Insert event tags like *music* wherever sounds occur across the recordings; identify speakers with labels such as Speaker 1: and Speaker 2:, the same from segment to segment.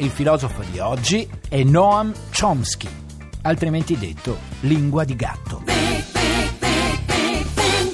Speaker 1: Il filosofo di oggi è Noam Chomsky, altrimenti detto lingua di gatto.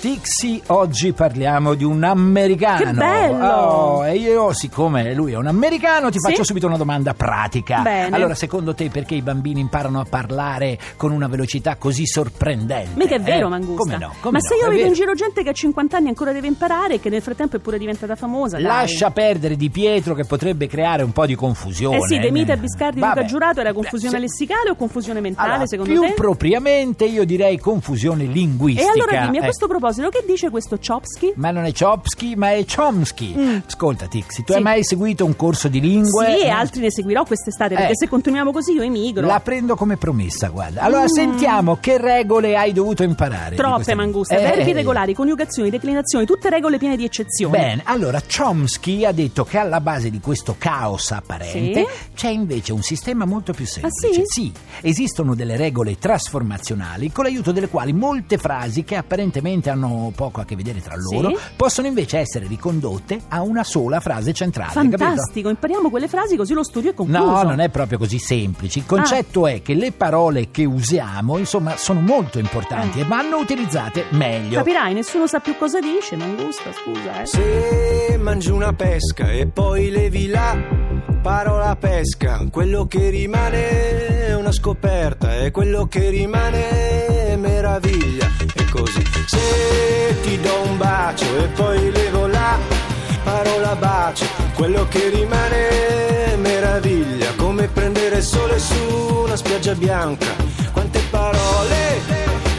Speaker 1: Tixi, oggi parliamo di un americano.
Speaker 2: Che bello!
Speaker 1: Oh, e io, siccome lui è un americano, ti
Speaker 2: Sì.
Speaker 1: faccio subito una domanda pratica.
Speaker 2: Bene.
Speaker 1: Allora, secondo te perché i bambini imparano a parlare con una velocità così sorprendente?
Speaker 2: Mica è vero,
Speaker 1: eh?
Speaker 2: Mangusta.
Speaker 1: Come no?
Speaker 2: Ma
Speaker 1: Come no?
Speaker 2: se io
Speaker 1: È
Speaker 2: vedo in
Speaker 1: vero.
Speaker 2: giro gente che a 50 anni ancora deve imparare, che nel frattempo è pure diventata famosa. dai.
Speaker 1: Lascia perdere Di Pietro che potrebbe creare un po' di confusione.
Speaker 2: Eh sì, De Mita,
Speaker 1: Mita
Speaker 2: Biscardi, Luca Giurato era confusione lessicale o confusione mentale,
Speaker 1: Allora,
Speaker 2: secondo
Speaker 1: più
Speaker 2: te?
Speaker 1: propriamente io direi confusione
Speaker 2: e
Speaker 1: linguistica.
Speaker 2: allora dimmi, a
Speaker 1: Ecco.
Speaker 2: questo proposito, che dice questo Chopsky?
Speaker 1: Ma non è Chomsky, ma è Chomsky.
Speaker 2: Mm.
Speaker 1: Ascolta, Tixi, tu
Speaker 2: Sì.
Speaker 1: hai mai seguito un corso di lingue?
Speaker 2: Sì, e altri ne seguirò quest'estate, perché
Speaker 1: Eh.
Speaker 2: se continuiamo così io emigro.
Speaker 1: La prendo come promessa, guarda. Allora,
Speaker 2: Mm.
Speaker 1: sentiamo che regole hai dovuto imparare. di
Speaker 2: Troppe
Speaker 1: questa-
Speaker 2: manguste,
Speaker 1: Eh,
Speaker 2: verbi
Speaker 1: eh,
Speaker 2: regolari, coniugazioni, declinazioni, tutte regole piene di eccezioni.
Speaker 1: Bene, allora Chomsky ha detto che alla base di questo caos apparente c'è invece un sistema molto più semplice.
Speaker 2: Ah,
Speaker 1: sì? esistono delle regole trasformazionali con l'aiuto delle quali molte frasi che apparentemente hanno poco a che vedere tra
Speaker 2: Sì.
Speaker 1: loro possono invece essere ricondotte a una sola frase centrale. capito?
Speaker 2: Fantastico, impariamo quelle frasi così lo studio è concluso.
Speaker 1: No, non è proprio così semplice. Il
Speaker 2: Ah.
Speaker 1: concetto è che le parole che usiamo, insomma, sono molto
Speaker 2: Eh.
Speaker 1: importanti e vanno utilizzate meglio.
Speaker 2: Capirai, nessuno sa più cosa dice, mangusta, scusa, eh.
Speaker 3: Se mangi una pesca e poi levi la parola pesca, quello che rimane è una scoperta e quello che rimane è meraviglia. E così, se ti do un bacio e poi levo la parola bacio, quello che rimane è meraviglia. Come prendere sole su una spiaggia bianca. Quante parole,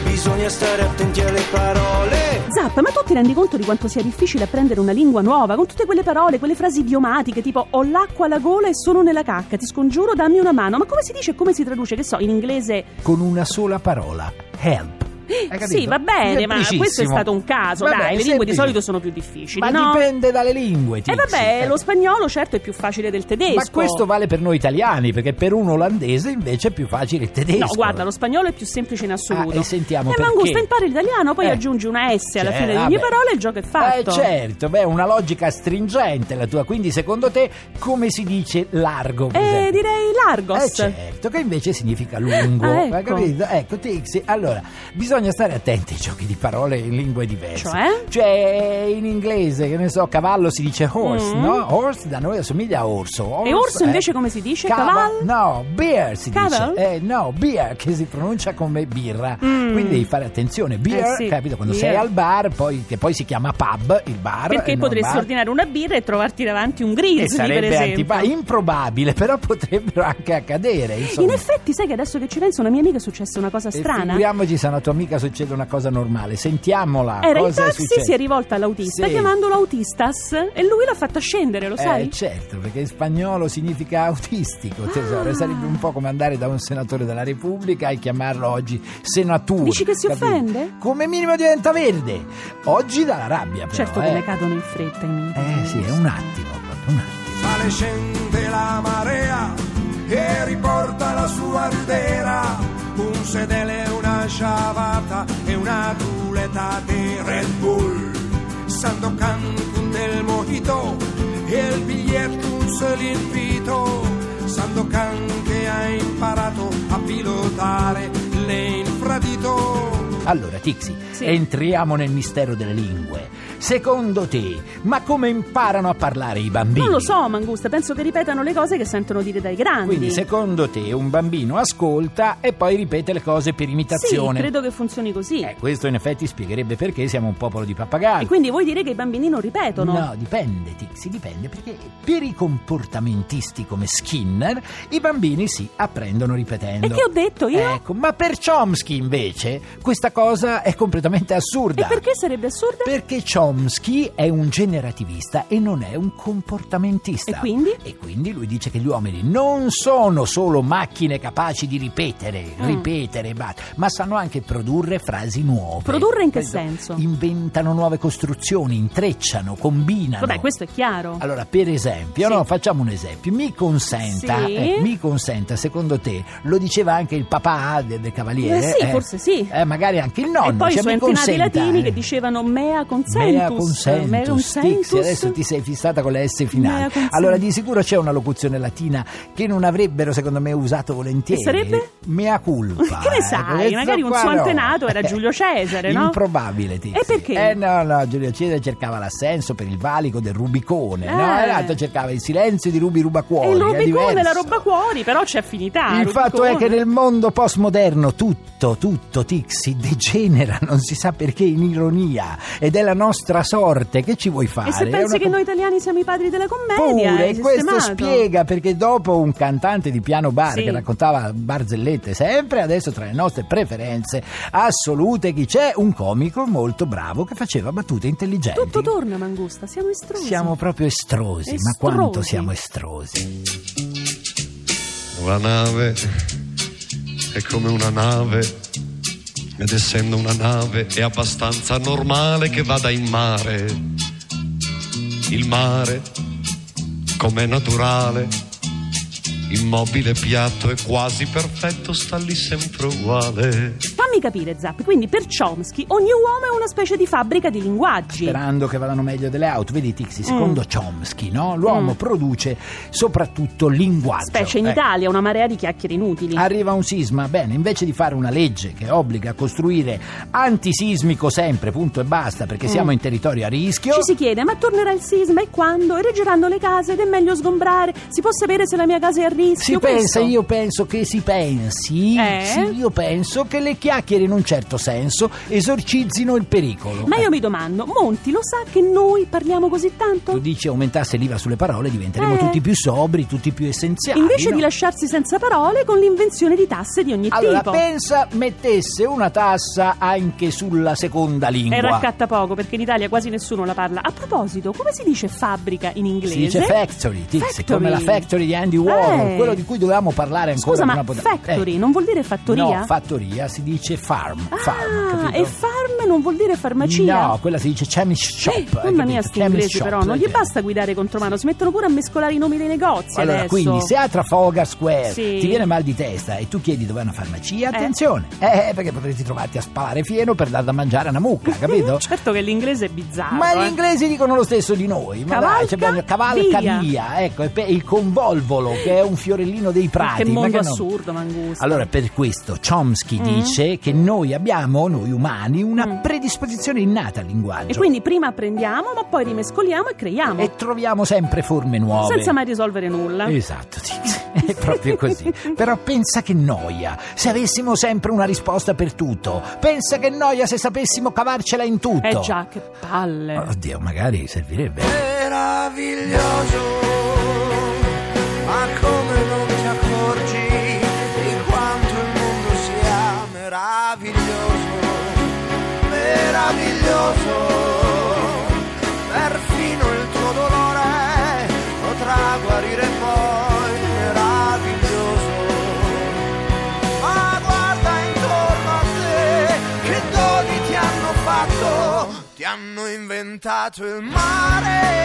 Speaker 3: bisogna stare attenti alle parole.
Speaker 2: Zappa, ma tu ti rendi conto di quanto sia difficile apprendere una lingua nuova con tutte quelle parole, quelle frasi idiomatiche tipo ho l'acqua alla gola e sono nella cacca, ti scongiuro dammi una mano. Ma come si dice e come si traduce, che so, in inglese?
Speaker 1: Con una sola parola, help. Hai capito?
Speaker 2: Sì, va bene, ma
Speaker 1: Semplicissimo.
Speaker 2: questo è stato un caso,
Speaker 1: Va
Speaker 2: dai,
Speaker 1: bene,
Speaker 2: le lingue di
Speaker 1: semplice.
Speaker 2: solito sono più difficili,
Speaker 1: Ma
Speaker 2: no?
Speaker 1: dipende dalle lingue,
Speaker 2: E
Speaker 1: Tixi.
Speaker 2: vabbè,
Speaker 1: Eh.
Speaker 2: lo spagnolo certo è più facile del tedesco.
Speaker 1: Ma questo vale per noi italiani, perché per un olandese invece è più facile il tedesco.
Speaker 2: No, guarda, lo spagnolo è più semplice in assoluto.
Speaker 1: Ah, e sentiamo
Speaker 2: Eh,
Speaker 1: perché.
Speaker 2: Mangusta, impari l'italiano, poi
Speaker 1: Eh.
Speaker 2: aggiungi una S alla
Speaker 1: Cioè,
Speaker 2: fine di ogni
Speaker 1: vabbè.
Speaker 2: parola e il gioco è fatto.
Speaker 1: Eh certo, beh, una logica stringente la tua, quindi secondo te come si dice largo? per
Speaker 2: Eh,
Speaker 1: esempio?
Speaker 2: direi
Speaker 1: Eh
Speaker 2: largos.
Speaker 1: certo, che invece significa lungo,
Speaker 2: Ah, ecco.
Speaker 1: hai capito? Ecco, Tixi, allora, bisogna stare attenti ai giochi di parole in lingue diverse.
Speaker 2: Cioè?
Speaker 1: Cioè, in inglese, che ne so, cavallo si dice horse,
Speaker 2: Mm.
Speaker 1: no? Horse da noi assomiglia a orso. Horse,
Speaker 2: E orso
Speaker 1: eh.
Speaker 2: invece come si dice?
Speaker 1: Cava-
Speaker 2: Caval?
Speaker 1: No, beer si
Speaker 2: Caval?
Speaker 1: dice. Eh, no, beer che si pronuncia come birra.
Speaker 2: Mm. Eh,
Speaker 1: Quindi devi fare attenzione. Beer,
Speaker 2: sì,
Speaker 1: capito? Quando
Speaker 2: beer.
Speaker 1: sei al bar, poi, che poi si chiama pub, il bar. e
Speaker 2: Perché
Speaker 1: non
Speaker 2: potresti
Speaker 1: bar.
Speaker 2: ordinare una birra e trovarti davanti un
Speaker 1: E
Speaker 2: grizzly, per
Speaker 1: sarebbe
Speaker 2: esempio.
Speaker 1: antipa- improbabile, però potrebbero anche accadere. Insomma.
Speaker 2: In effetti, sai che adesso che ci penso, a una mia amica è successa una cosa
Speaker 1: E
Speaker 2: strana.
Speaker 1: Figuriamoci se a una tua amica succede una cosa normale. Sentiamola.
Speaker 2: Era in
Speaker 1: cosa è
Speaker 2: taxi,
Speaker 1: successo?
Speaker 2: si è rivolta all'autista
Speaker 1: Sì.
Speaker 2: chiamandolo autistas e lui l'ha fatta scendere, lo sai?
Speaker 1: Eh, certo, perché in spagnolo significa autistico,
Speaker 2: Ah.
Speaker 1: tesoro. E Sarebbe un po' come andare da un senatore della Repubblica e chiamarlo oggi senatore.
Speaker 2: Dici che si
Speaker 1: capito?
Speaker 2: offende?
Speaker 1: Come minimo diventa verde. Oggi dalla rabbia, però.
Speaker 2: certo
Speaker 1: eh.
Speaker 2: che le cadono in fretta i miti.
Speaker 1: Eh sì, è un attimo, proprio, un attimo.
Speaker 3: sale scende la marea e riporta la sua ridera un sedele una sciavata e una culetta di Red Bull Sandokan con del mojito e il biglietto un solo invito Sandokan che ha imparato a pilotare l'infradito
Speaker 1: Allora, Tixi,
Speaker 2: Sì.
Speaker 1: entriamo nel mistero delle lingue. Secondo te, ma come imparano a parlare i bambini?
Speaker 2: Non lo so, Mangusta, penso che ripetano le cose che sentono dire dai grandi.
Speaker 1: Quindi secondo te un bambino ascolta e poi ripete le cose per
Speaker 2: sì,
Speaker 1: imitazione?
Speaker 2: credo che funzioni così.
Speaker 1: Eh, questo in effetti spiegherebbe perché siamo un popolo di
Speaker 2: E
Speaker 1: pappagalli.
Speaker 2: quindi vuoi dire che i bambini non ripetono?
Speaker 1: No, dipende, Tixi, dipende perché per i comportamentisti come Skinner i bambini si apprendono ripetendo.
Speaker 2: E che ho detto io?
Speaker 1: Ecco, ma per Chomsky invece questa cosa è completamente
Speaker 2: E
Speaker 1: assurda.
Speaker 2: perché sarebbe assurdo?
Speaker 1: Perché Chomsky è un generativista e non è un comportamentista.
Speaker 2: E quindi?
Speaker 1: E quindi lui dice che gli uomini non sono solo macchine capaci di ripetere,
Speaker 2: Mm.
Speaker 1: ripetere, e basta, ma sanno anche produrre frasi nuove.
Speaker 2: Produrre in che
Speaker 1: Questo-
Speaker 2: senso?
Speaker 1: Inventano nuove costruzioni, intrecciano, combinano.
Speaker 2: Vabbè, questo è chiaro.
Speaker 1: Allora, per esempio,
Speaker 2: Sì.
Speaker 1: no, facciamo un esempio. Mi consenta,
Speaker 2: Sì.
Speaker 1: eh, mi consenta, secondo te, lo diceva anche il papà de- del,
Speaker 2: Eh
Speaker 1: cavaliere?
Speaker 2: sì,
Speaker 1: eh?
Speaker 2: forse sì.
Speaker 1: Eh, magari anche il nonno.
Speaker 2: e poi
Speaker 1: cioè,
Speaker 2: i suoi
Speaker 1: mi
Speaker 2: antenati
Speaker 1: consenta,
Speaker 2: latini
Speaker 1: eh.
Speaker 2: che dicevano mea consentus.
Speaker 1: Mea consentus,
Speaker 2: Mea consentus.
Speaker 1: Tixi, adesso ti sei fissata con la S finale.
Speaker 2: Mea consentus.
Speaker 1: Allora, di sicuro c'è una locuzione latina che non avrebbero, secondo me, usato volentieri.
Speaker 2: E sarebbe?
Speaker 1: Mea culpa.
Speaker 2: Che ne
Speaker 1: eh,
Speaker 2: sai?
Speaker 1: questo
Speaker 2: Magari un
Speaker 1: qua
Speaker 2: suo
Speaker 1: no. Eh,
Speaker 2: antenato
Speaker 1: *laughs*
Speaker 2: era Giulio Cesare, no?
Speaker 1: Improbabile, Tixi.
Speaker 2: E perché?
Speaker 1: Eh no, no, Giulio Cesare cercava l'assenso per il valico del Rubicone, no?
Speaker 2: Eh.
Speaker 1: E l'altro cercava il silenzio di Rubi Rubacuori.
Speaker 2: E il
Speaker 1: è
Speaker 2: Rubicone, la
Speaker 1: diverso.
Speaker 2: roba cuori, però c'è affinità.
Speaker 1: Il fatto è
Speaker 2: Rubicone.
Speaker 1: che nel mondo postmoderno tutto, tutto, Tixi, degenera, non si sa perché, in ironia. Ed è la nostra sorte, che ci vuoi fare?
Speaker 2: E se
Speaker 1: È
Speaker 2: pensi
Speaker 1: una
Speaker 2: che
Speaker 1: com-
Speaker 2: noi italiani siamo i padri della commedia,
Speaker 1: Pure,
Speaker 2: hai
Speaker 1: e questo
Speaker 2: sistemato.
Speaker 1: spiega perché dopo un cantante di piano bar
Speaker 2: Sì.
Speaker 1: che raccontava barzellette sempre, adesso tra le nostre preferenze assolute chi c'è? Un comico molto bravo che faceva battute intelligenti.
Speaker 2: Tutto torna, Mangusta, siamo estrosi.
Speaker 1: Siamo proprio estrosi,
Speaker 2: Estrosi.
Speaker 1: ma quanto siamo estrosi.
Speaker 4: La nave è come una nave ed essendo una nave è abbastanza normale che vada in mare. Il mare, come è naturale, immobile, piatto e quasi perfetto, sta lì sempre uguale.
Speaker 2: Fammi capire, Zap, quindi per Chomsky ogni uomo è una specie di fabbrica di linguaggi.
Speaker 1: Sperando che vadano meglio delle auto. Vedi, Tixi, secondo Chomsky, no? l'uomo
Speaker 2: Mm.
Speaker 1: produce soprattutto linguaggio.
Speaker 2: Specie in
Speaker 1: Eh,
Speaker 2: Italia, una marea di chiacchiere inutili.
Speaker 1: Arriva un sisma, bene, invece di fare una legge che obbliga a costruire antisismico sempre, punto e basta, perché siamo in territorio a rischio.
Speaker 2: Mm. Ci si chiede, ma tornerà il sisma e quando? E reggeranno le case ed è meglio sgombrare? Si può sapere se la mia casa è a rischio?
Speaker 1: Si
Speaker 2: Questo?
Speaker 1: pensa, io penso che si pensi,
Speaker 2: Eh?
Speaker 1: sì, io penso che le chiacchiere in un certo senso esorcizzino il pericolo.
Speaker 2: Ma
Speaker 1: Eh,
Speaker 2: io mi domando, Monti lo sa che noi parliamo così
Speaker 1: Ecco, Tu
Speaker 2: tanto?
Speaker 1: dici aumentasse l'IVA sulle parole diventeremo
Speaker 2: Eh.
Speaker 1: tutti più sobri, tutti più essenziali.
Speaker 2: Invece
Speaker 1: ah, no?
Speaker 2: di lasciarsi senza parole con l'invenzione di tasse di ogni
Speaker 1: Allora,
Speaker 2: tipo.
Speaker 1: pensa mettesse una tassa anche sulla seconda lingua.
Speaker 2: E raccatta poco perché in Italia quasi nessuno la parla. A proposito, come si dice fabbrica in inglese?
Speaker 1: Si dice factory, Tixi,
Speaker 2: Factory.
Speaker 1: come la factory di Andy Warhol,
Speaker 2: Eh.
Speaker 1: quello di cui dovevamo parlare ancora.
Speaker 2: Scusa,
Speaker 1: non
Speaker 2: ma
Speaker 1: abbiamo-
Speaker 2: factory
Speaker 1: Eh,
Speaker 2: non vuol dire fattoria?
Speaker 1: No, fattoria si dice farm.
Speaker 2: ah,
Speaker 1: farm, capito?
Speaker 2: e farm non vuol dire farmacia? Eh,
Speaker 1: No, quella si dice chemist shop. hai
Speaker 2: Mamma mia,
Speaker 1: capito?
Speaker 2: sti
Speaker 1: Chemist
Speaker 2: inglesi
Speaker 1: shop,
Speaker 2: però, non gli
Speaker 1: eh.
Speaker 2: basta guidare contro mano, si mettono pure a mescolare i nomi dei negozi
Speaker 1: Allora,
Speaker 2: adesso.
Speaker 1: quindi se a Trafalgar Square
Speaker 2: Sì.
Speaker 1: ti viene mal di testa e tu chiedi dove è una farmacia, attenzione, eh, perché potresti trovarti a spalare fieno per dar da mangiare a
Speaker 2: *laughs*
Speaker 1: una mucca, capito?
Speaker 2: Certo che l'inglese è bizzarro.
Speaker 1: Ma
Speaker 2: eh.
Speaker 1: gli inglesi dicono lo stesso di noi. Ma
Speaker 2: Cavalca
Speaker 1: dai, c'è bisogno- cavalca
Speaker 2: via.
Speaker 1: via. ecco, e pe- il convolvolo che è un fiorellino dei prati.
Speaker 2: Che
Speaker 1: ma
Speaker 2: mondo
Speaker 1: no?
Speaker 2: assurdo, Mangusta.
Speaker 1: Allora, per questo Chomsky
Speaker 2: Mm.
Speaker 1: dice che noi abbiamo, noi umani, una
Speaker 2: Mm.
Speaker 1: predisposizione innata al linguaggio.
Speaker 2: E quindi prima apprendiamo, ma poi rimescoliamo e creiamo.
Speaker 1: cioè- E troviamo sempre forme nuove.
Speaker 2: Senza mai risolvere nulla.
Speaker 1: Esatto, Tix, *laughs* è proprio così. Però pensa che noia se avessimo sempre una risposta per tutto. Pensa che noia se sapessimo cavarcela in tutto.
Speaker 2: Eh già, che palle.
Speaker 1: Oddio, magari servirebbe.
Speaker 5: meraviglioso, ma come non ti accorgi di quanto il mondo sia meraviglioso, meraviglioso, perfino il tuo dolore potrà guarire poi, meraviglioso ma guarda intorno a te che doni ti hanno fatto, ti hanno inventato il mare.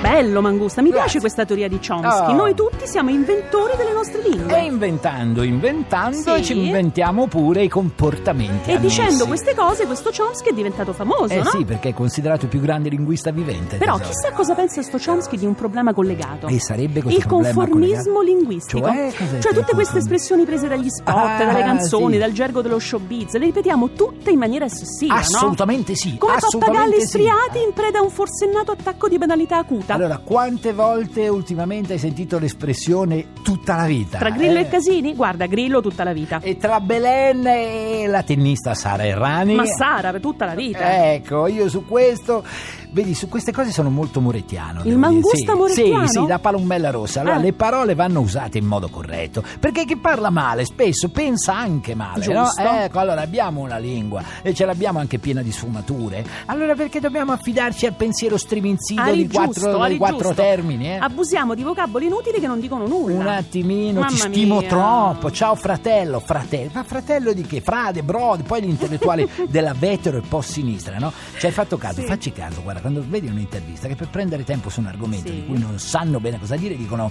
Speaker 2: Bello, Mangusta, mi piace
Speaker 1: Grazie.
Speaker 2: questa teoria di Chomsky.
Speaker 1: Oh.
Speaker 2: Noi tutti siamo inventori delle nostre
Speaker 1: E
Speaker 2: lingue.
Speaker 1: inventando, inventando,
Speaker 2: Sì.
Speaker 1: ci inventiamo pure i comportamenti.
Speaker 2: E dicendo
Speaker 1: annessi.
Speaker 2: queste cose, questo Chomsky è diventato famoso,
Speaker 1: Eh
Speaker 2: no?
Speaker 1: sì, perché è considerato il più grande linguista vivente.
Speaker 2: Però
Speaker 1: tesoro.
Speaker 2: chissà cosa pensa sto Chomsky di un problema collegato.
Speaker 1: E sarebbe questo
Speaker 2: il
Speaker 1: problema
Speaker 2: conformismo
Speaker 1: collegato?
Speaker 2: linguistico.
Speaker 1: Cioè, cos'è
Speaker 2: Cioè,
Speaker 1: che
Speaker 2: tutte queste
Speaker 1: conformi-
Speaker 2: espressioni prese dagli spot,
Speaker 1: Ah,
Speaker 2: dalle canzoni,
Speaker 1: sì.
Speaker 2: dal gergo dello showbiz, le ripetiamo tutte in maniera ossessiva, no?
Speaker 1: Assolutamente sì.
Speaker 2: Come
Speaker 1: assolutamente
Speaker 2: pappagalli
Speaker 1: sì.
Speaker 2: striati in preda a un forsennato attacco di banalità acuta. vita.
Speaker 1: Allora, quante volte ultimamente hai sentito l'espressione tutta la vita?
Speaker 2: Tra Grillo
Speaker 1: eh?
Speaker 2: e Casini, guarda, Grillo tutta la vita.
Speaker 1: E tra Belen e la tennista Sara Errani.
Speaker 2: Ma Sara per tutta la vita.
Speaker 1: Ecco, io su questo, vedi, su queste cose sono molto morettiano.
Speaker 2: Il
Speaker 1: devo dire.
Speaker 2: mangusta
Speaker 1: sì,
Speaker 2: morettiano?
Speaker 1: Sì, sì, da palumbella rossa. Allora,
Speaker 2: Ah.
Speaker 1: le parole vanno usate in modo corretto, perché chi parla male spesso pensa anche male, no?
Speaker 2: Giusto.
Speaker 1: Ecco, allora abbiamo una lingua e ce l'abbiamo anche piena di sfumature. Allora perché dobbiamo affidarci al pensiero striminzito
Speaker 2: Ari
Speaker 1: di quattro,
Speaker 2: giusto,
Speaker 1: dei
Speaker 2: Ari
Speaker 1: quattro
Speaker 2: giusto.
Speaker 1: termini, eh?
Speaker 2: Abusiamo di vocaboli inutili che non dicono nulla.
Speaker 1: Un attimino, ti
Speaker 2: Mamma
Speaker 1: stimo
Speaker 2: mia.
Speaker 1: troppo. Ciao fratello, fratello. Ma fratello di che? Frade, brode, poi l'intellettuale
Speaker 2: *laughs*
Speaker 1: della vetero e post sinistra, no? Ci hai fatto caso,
Speaker 2: Sì.
Speaker 1: facci caso, guarda, quando vedi un'intervista che per prendere tempo su un argomento
Speaker 2: Sì.
Speaker 1: di cui non sanno bene cosa dire, dicono.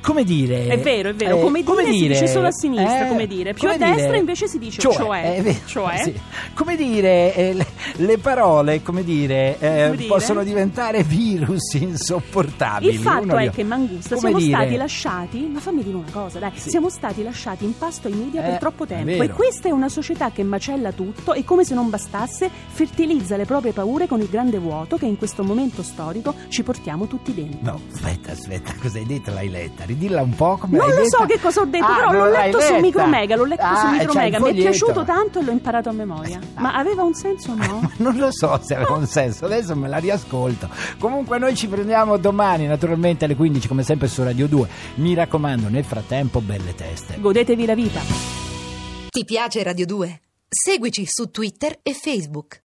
Speaker 1: Come dire. Eh,
Speaker 2: È vero, è vero. Come dire si dice solo a sinistra, come dire. Più a destra invece si dice cioè,
Speaker 1: eh, è vero,
Speaker 2: cioè.
Speaker 1: sì. Come dire, eh, le, le parole, come dire, eh,
Speaker 2: Come dire?
Speaker 1: possono diventare virus insopportabili.
Speaker 2: Il fatto
Speaker 1: Uno li-
Speaker 2: è che Mangusta
Speaker 1: Come
Speaker 2: siamo
Speaker 1: dire?
Speaker 2: stati lasciati, ma fammi dire una cosa, dai,
Speaker 1: Sì.
Speaker 2: siamo stati lasciati in pasto ai media
Speaker 1: Eh,
Speaker 2: per troppo tempo
Speaker 1: è
Speaker 2: e
Speaker 1: vero.
Speaker 2: questa è una società che macella tutto e come se non bastasse fertilizza le proprie paure con il grande vuoto che in questo momento storico ci portiamo tutti dentro.
Speaker 1: No, aspetta, aspetta, cosa hai detto? L'hai letta? Ridilla un po' come
Speaker 2: Non
Speaker 1: l'hai
Speaker 2: lo
Speaker 1: detta.
Speaker 2: so che cosa ho detto,
Speaker 1: Ah,
Speaker 2: però l'ho
Speaker 1: non l'hai
Speaker 2: letto su
Speaker 1: letta.
Speaker 2: Micromega, l'ho letto su
Speaker 1: Ah, c'è il
Speaker 2: Micromega, mi è
Speaker 1: foglietto. Ah.
Speaker 2: piaciuto tanto e l'ho imparato a memoria. Ma aveva un senso o
Speaker 1: *laughs*
Speaker 2: no?
Speaker 1: Non lo so se
Speaker 2: *laughs*
Speaker 1: aveva un senso, adesso me la riascolto. Comunque noi ci prendiamo domani, naturalmente alle 15 come sempre su Radio 2. Mi raccomando, nel frattempo belle teste.
Speaker 2: Godetevi la vita.
Speaker 6: Ti piace Radio 2? Seguici su Twitter e Facebook.